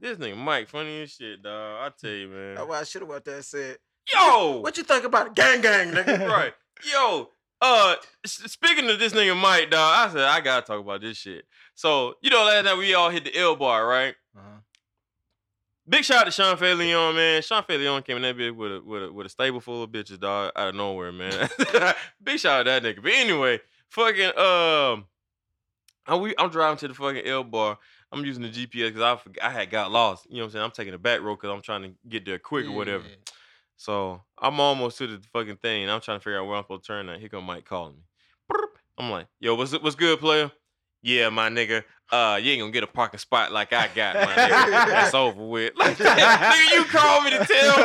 this nigga Mike, funny as shit, dog. I tell you, That's man. why I should have went there and said, Yo, What you think about it? gang gang, nigga? right, yo. Uh, s- speaking of this nigga Mike, dog, I said I gotta talk about this shit. So you know, last night we all hit the L bar, right? Uh-huh. Big shout out to Sean Leon, man. Sean Leon came in that bitch with a with a with a stable full of bitches, dog, out of nowhere, man. Big shout out to that nigga. But anyway, fucking um, I we I'm driving to the fucking L bar. I'm using the GPS because I forg- I had got lost. You know what I'm saying? I'm taking the back road because I'm trying to get there quick or whatever. Yeah. So I'm almost to the fucking thing. And I'm trying to figure out where I'm supposed to turn. Now here come Mike calling me. Brrp. I'm like, yo, what's what's good, player? Yeah, my nigga. Uh, you ain't gonna get a parking spot like I got, my nigga. That's over with. Like, nigga, you called me to tell me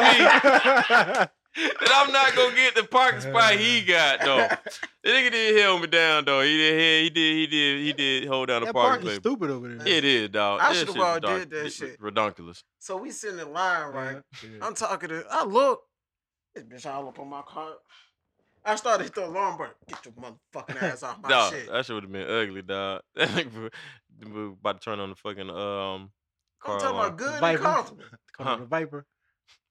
that I'm not gonna get the parking spot he Uh. got though. The nigga did held me down though. He did. He did. He did. He did hold down the That parking parking place. stupid over there. It is, dog. I That should've shit well redonk- did that rid- shit. Redonkulous. So we sitting in line, Yeah, right? yeah. I'm talking to I look, This bitch all up on my car. I started the alarm, but get your motherfucking ass off my Dog, shit. that shit would have been ugly, dog. That nigga was about to turn on the fucking um car I'm talking alarm. about good Viper. and comfortable. Come on, the Viper.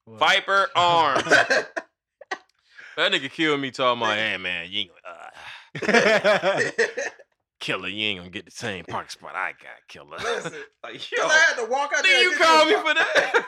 What? Viper arms. that nigga killed me talking about, hey man, you ain't gonna uh, killer, you ain't gonna get the same parking spot I got, killer. Listen, like, yo, Cause I had to walk out do there. and you get call me this for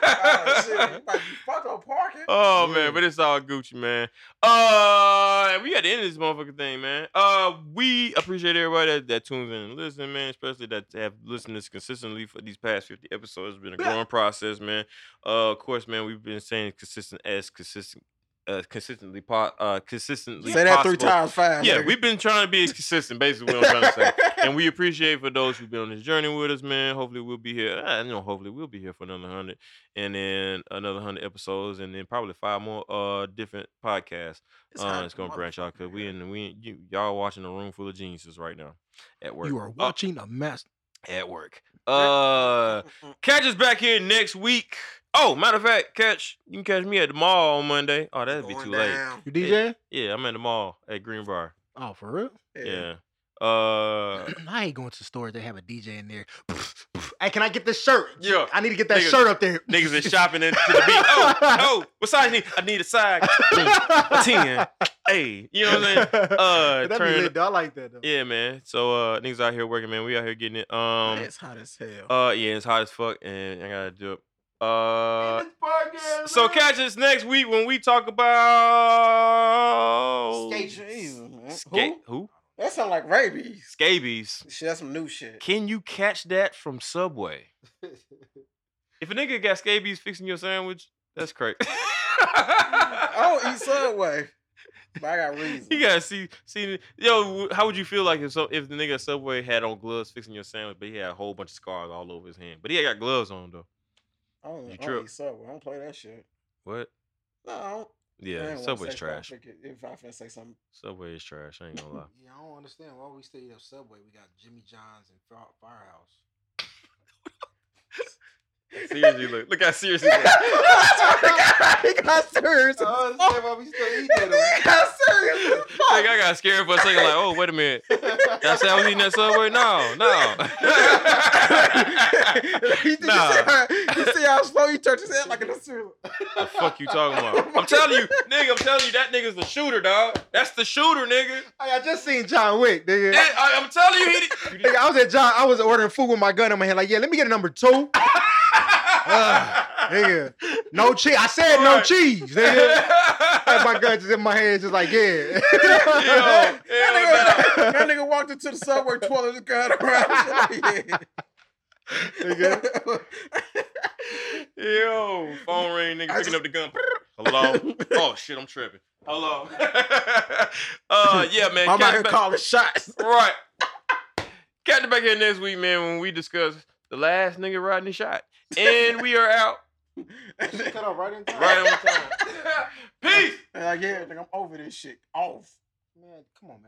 Oh, shit. that? You about to be fucking parking. Oh man, but it's all Gucci, man. Uh, we got the end of this motherfucking thing, man. Uh, we appreciate everybody that, that tunes in and listen, man. Especially that have listened to us consistently for these past fifty episodes. It's been a growing process, man. Uh, of course, man, we've been saying consistent as consistent, uh, consistently, po- uh, consistently. Say that three possible. times fast. Yeah, nigga. we've been trying to be as consistent, basically. What I'm trying to say, and we appreciate for those who've been on this journey with us, man. Hopefully, we'll be here. I know, hopefully, we'll be here for another hundred, and then another hundred episodes, and then probably five more uh different podcasts. It's, uh, hot it's gonna branch out because we motherfucker. in we in, you y'all watching a room full of geniuses right now at work. You are Uh, watching a mess. at work. mm, Uh, catch us back here next week. Oh, matter of fact, catch you can catch me at the mall on Monday. Oh, that'd be Going too late. down. You DJ? Yeah, I'm at the mall at Greenbrier. Oh, for real? Yeah. Uh, I ain't going to the store. They have a DJ in there. hey, can I get this shirt? Yeah, I need to get that Niggas- shirt up there. niggas is shopping into the beat. Oh, oh, what size you need? I need a size a ten. Hey, you know what I'm saying? Uh, That'd be turn- lit, though. I like that. Though. Yeah, man. So uh, niggas out here working, man. We out here getting it. Um, It's hot as hell. uh, yeah, it's hot as fuck, and I gotta do it. Uh, podcast, so man. catch us next week when we talk about Jesus, man. Sca- Who? who? That sound like rabies. scabies. Shit, that's some new shit. Can you catch that from Subway? If a nigga got scabies fixing your sandwich, that's crazy. I don't eat Subway, but I got reason. You gotta see, see, yo. w- How would you feel like if so, if the nigga at Subway had on gloves fixing your sandwich, but he had a whole bunch of scars all over his hand, but he had got gloves on though. I don't, You I trip. don't eat Subway. I don't play that shit. What? No, I don't. I Yeah, ain't wanna Subway's say something trash. freaking- If I finna say something, Subway is trash. I ain't gonna lie. Yeah, I don't understand why we still eat at Subway. We got Jimmy John's and Fire- Firehouse. Seriously, look, look how serious he is. he got serious. I don't understand why we still eat at Like I got scared for a second. Like, oh wait a minute. them. Did I say I was eating that Subway? No, no. you, did you, see nah. how, you see how slow you touch his head like in a cereal. The fuck you talking about? I'm telling you, nigga. I'm telling you, that nigga's the shooter, dog. That's the shooter, nigga. Hey, I just seen John Wick, nigga. Yeah, I, I'm telling you, he. di- you Nigga, I was at John. I was ordering food with my gun in my hand. Like, yeah, let me get a number two, di- nigga. No cheese. I said no Right. cheese, nigga. Had my gun just in my hand, just like yeah. Yo, That hell nigga, that nigga walked into the subway, twirling his gun around. Nigga. no. Yo, phone ring, nigga, I picking just- up the gun. Hello. Oh shit, I'm tripping. Hello. uh, yeah, man. I'm catch out here back- calling shots. Right. Catch you back here next week, man, when we discuss the last nigga Rodney shot, and we are out Cut off right in time. right on time. Peace. And like, yeah, nigga, I'm over this shit. Off. Man, come on, man.